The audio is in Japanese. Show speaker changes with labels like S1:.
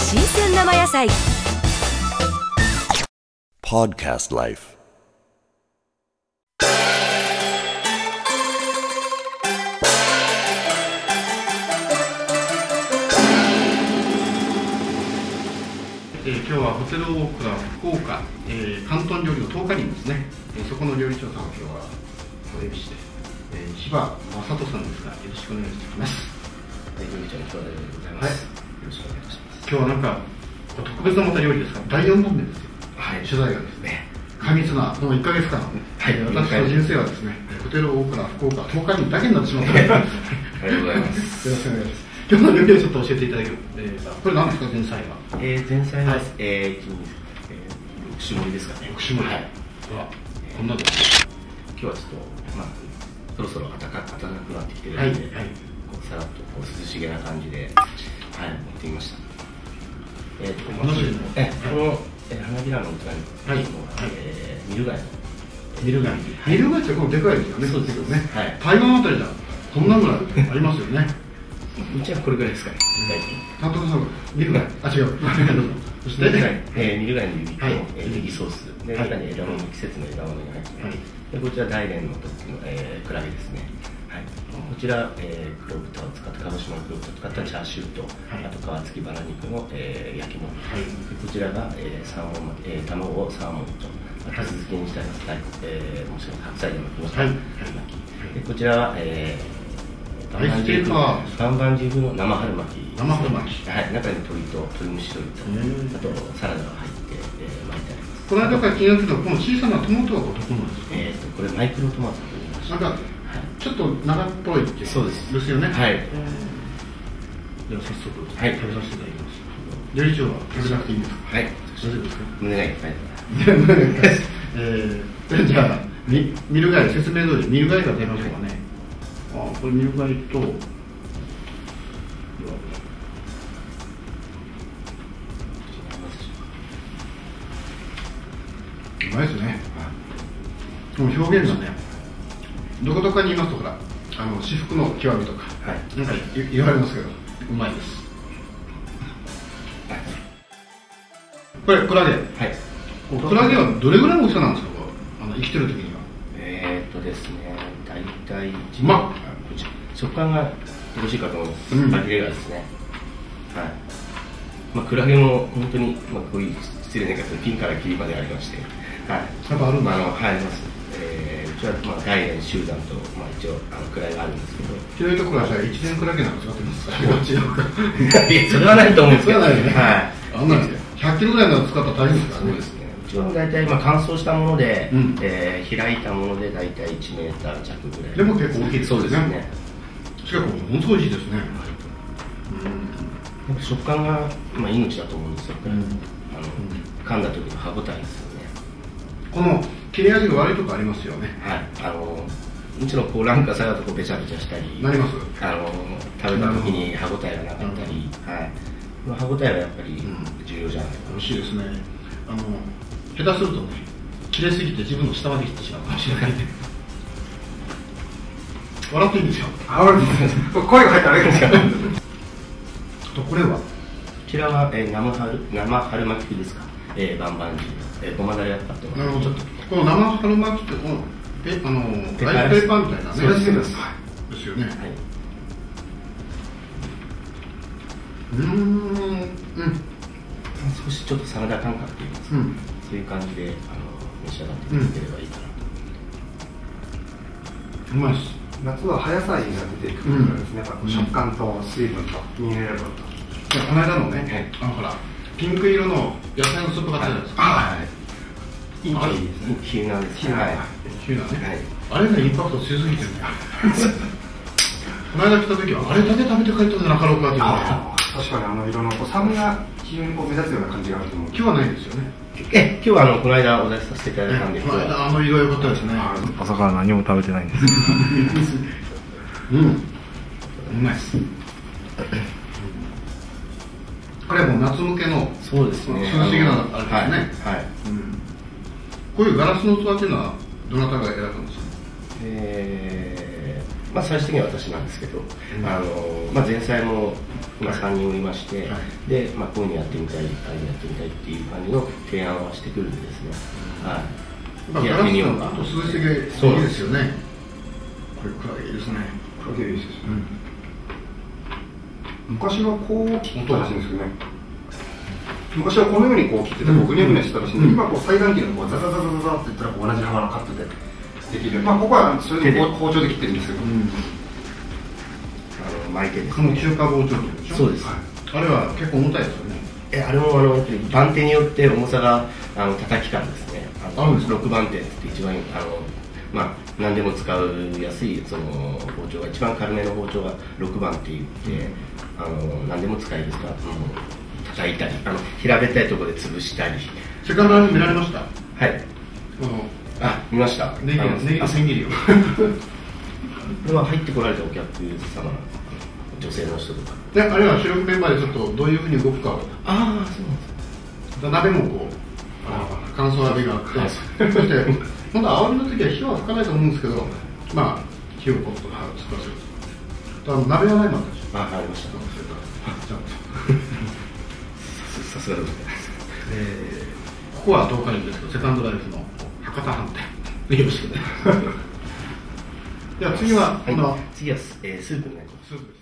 S1: 生野菜
S2: Podcast Life.
S3: えー今日はホテルオークラ福岡、えー、広東料理の東華林ですね、えーそこの料理長さんを今日はお呼びして、えー、芝正人さんですがよろしくお願いしてきます
S4: 料理長の京田でござい
S3: はい
S4: よろしくお願いします。
S3: 今日はなんか特別なまた料理ですから第4問目ですよ
S4: はい
S3: 取材がですね過密なこの1か月間、
S4: はい
S3: えー私の人生はですねホテルオークラ福岡東華林だけになってしまったのでよ
S4: ありがとうございます。
S3: ろしくお願いします今日の料理をちょっと教えていただければこれ何ですか前菜は
S4: えー、前菜は、
S3: はい
S4: えー、金、えー、六種盛りですかね。
S3: 福島
S4: はい。
S3: はこんなの
S4: 今日はちょっと、まあ、そろそろ暖か暖かくなってきてる
S3: はい
S4: ので、
S3: はい
S4: こうさらっとこう涼しげな感じで、はい、持ってみました。えー、と、
S3: 同じの
S4: えー、この、えー、花びらの歌に、
S3: はい
S4: えー、ミルガイの、
S3: ミルガイ。ミルガイってこのでかいですよね。
S4: そうです
S3: よね
S4: はい
S3: 台湾あたりじゃこんなぐらいありますよね。
S4: うちはこれぐらいですかね。大
S3: 担
S4: 体
S3: 当さん、ミルガイ。あ、違う。 そして、
S4: ミルガイえーミルガイの指と、
S3: はい
S4: えーネギソースで
S3: はい
S4: 中に枝豆季節の枝豆が入ってて、
S3: はい
S4: でこちら大連の時の、えークラゲですね、はい、こちら、えー、黒豚を使って鹿児島の黒豚を使ったチャーシューと、
S3: はい
S4: あと皮付きバラ肉の、えー焼き物、
S3: い
S4: でこちらが、えーサーモン、えー卵をサーモンとあと酢漬けにした白菜、えーもしくは白菜で巻きました、
S3: はい
S4: 巻きでこちらは、えーバンバンジー風
S3: アイスペー
S4: バンバンジー風の生春巻きですね
S3: 生春巻き
S4: はい、中に鶏と鶏蒸し
S3: うん
S4: 鶏とあとサラダが入って、えー巻いてあります。
S3: この間から気になってたのはこの小さなトマトはどこなんですか
S4: えっ、とこれマイクロトマトと言いまし
S3: なん
S4: た。
S3: か、ちょっと長っぽいってい
S4: そうです
S3: ですよね。
S4: はい
S3: では早速、
S4: はい
S3: 食べさせていただきます。料理長は食べなくていいんですか
S4: は
S3: 大
S4: い。
S3: 丈夫ですか
S4: 胸がいっぱい
S3: じゃあ、えー、じゃあみミルガイ説明通りミルガイが出ましょうかね。あこれミルガイと。うまいですね。でも表現がね。どことかにいますとほら、あの私服の極みとか、
S4: は
S3: なんか言言われますけど、うまいです。これクラゲ。
S4: だ。はい。
S3: クラゲはどれぐらいの大きさなんですか。これあの生きてる時には。
S4: えっ、とですね、大体一
S3: うまっ
S4: こちら食感がよろしいかと思います。
S3: うん
S4: まあヒレがですね。はい。まあクラゲも本当にまあこういう失礼な言い方でピンからキリまでありまして、はい。
S3: やっぱあるんだ
S4: あのはいあります。えー、うちはまあ大連集団とまあ一応あの位があるんです けど。
S3: 広いところはじゃあ1年くらいけなんか使ってますか違うか
S4: いや、それはないと思うんです
S3: それ
S4: けど。
S3: はないよね
S4: はい。
S3: あんなの100キロぐらいの使ったら大変ですから
S4: そう
S3: ね
S4: ですね。うちは大体、まあ、乾燥したもので、
S3: うん
S4: えー開いたもので大体1メーター弱ぐらい。
S3: でも結構大きいですね
S4: そうですね。
S3: しかもものすごい美味しいですね
S4: やっぱ食感が、まあ、命だと思うんですよ。
S3: うん
S4: あの、噛んだ時の歯ごたえですよね。
S3: この切れ味が悪いとこありますよね
S4: はい。あの、もちろんこう、ランカサラダとこう、べちゃべちゃしたり。
S3: なります
S4: あの食べた時に歯ごたえがなかったり、はい、まあ歯ごたえはやっぱり
S3: ん
S4: 重要じゃないか
S3: 美味しいですねあの下手するとね切れすぎて自分の下まで切ってしまうかもしれないんで笑っていいんですよ声が入ったらいいですよとこれは
S4: こちらは、えー、生春生春巻きですか、えー、バンバンジー、えー、ごまだれがかかってます
S3: なるほど
S4: ちょっと
S3: この生春巻きってこのペあの
S4: ペーパー
S3: ライスペーパーみたいなね
S4: そうですそうです
S3: はいですよね
S4: はい、
S3: うーんうん
S4: 少しちょっとサラダ感覚といいま
S3: う
S4: すか、
S3: ん
S4: そういう感じであの召し上がっていただければいいかなと、
S3: うまいです
S5: 夏は葉野菜が出てくるからですね、やっぱこう食感と水分とミネラルと、
S3: いやこの間のね、
S4: い
S3: あのほらピンク色の野菜のスープがあったじゃないですか、
S5: いい
S3: あれ
S5: いいですね。
S4: ヒーナーです
S5: ヒーナー
S4: はい
S3: 急なね、
S4: はい
S3: あれのインパクト強すぎてるね この間来た時はあれだけ食べて帰ったんじゃなかろうかというね
S5: 確かにあの色のこう酸味が非常にこう目立つような感じがあると思う。
S3: 今日はないですよね
S4: え今日はあのこの間お出しさせていただいたんで、
S3: ねこの
S4: 今日は
S3: 間あの色良かったですね
S6: 朝から何も食べてないんです
S3: うんうまいですこれはもう夏向けの
S4: そうですね
S3: 涼しげな
S4: あの
S3: あれですね
S4: はい、はい
S3: こういうガラスの器っていうのはどなたが選ぶんですか
S4: えまあ、最終的には私なんですけど、あのまあ、前菜も今3人おりまして、
S3: は
S4: で、まあ、こういうのやってみたい、ああいうのやってみたいっていう感じの提案はしてくるんですね。
S3: ま
S4: は
S3: あ、
S4: い。
S3: ガ
S4: や
S3: ラス
S4: ってみよう
S3: の
S4: か
S3: ちょっと涼しげで
S4: そう
S3: いい
S4: なん
S3: で
S4: ですす
S3: よ
S4: よ。
S3: ねこれクラゲいいですね
S5: 黒毛いいですね昔はこう切ったらしいんですけどね昔はこのようにこう切ってたこうぐにゃぐにゃしてたらしいんで、今こう裁断機のこうザザザザザザっていったらこう同じ幅のカットでできるまあここはそれでこう包丁で切ってるんですけど、
S4: あの巻いてです
S3: この
S4: ね。
S3: 中華包丁切りしょ
S4: そうです。
S3: あれは結構重たいですよね
S4: えあれもあのやっぱり番手によって重さがあの叩き感ですねあ
S3: あるんで
S4: の
S3: すか
S4: 6番手って一番あのまあ何でも使うやすいその包丁が一番軽めの包丁が6番って言って、あの何でも使えるからもう叩いたりあの平べったいところで潰したり
S3: セカンドライン見られましたあ
S4: はい
S3: の
S4: あ見ました
S3: ネギ
S4: あの
S3: ネギ
S4: あ
S3: の千切りを
S4: これは入ってこられたお客様女性の人とか
S3: であれは主力メンバーでちょっとどういうふうに動くかを
S4: ああそうなんです
S3: 鍋もこうあの乾燥鍋があって
S4: 乾
S3: そして本当は煽りの時は火は吹かないと思うんですけどまあ火をこうとは使わせるとあの鍋はないもん私
S4: あありました
S3: じゃあ
S4: ささすがでございます
S3: えーここは東海林ですけど、セカンドライフの博多飯店、よ ろしくね。では次は、
S4: は
S3: 今、
S4: い、次は、えースープになります
S3: スープです。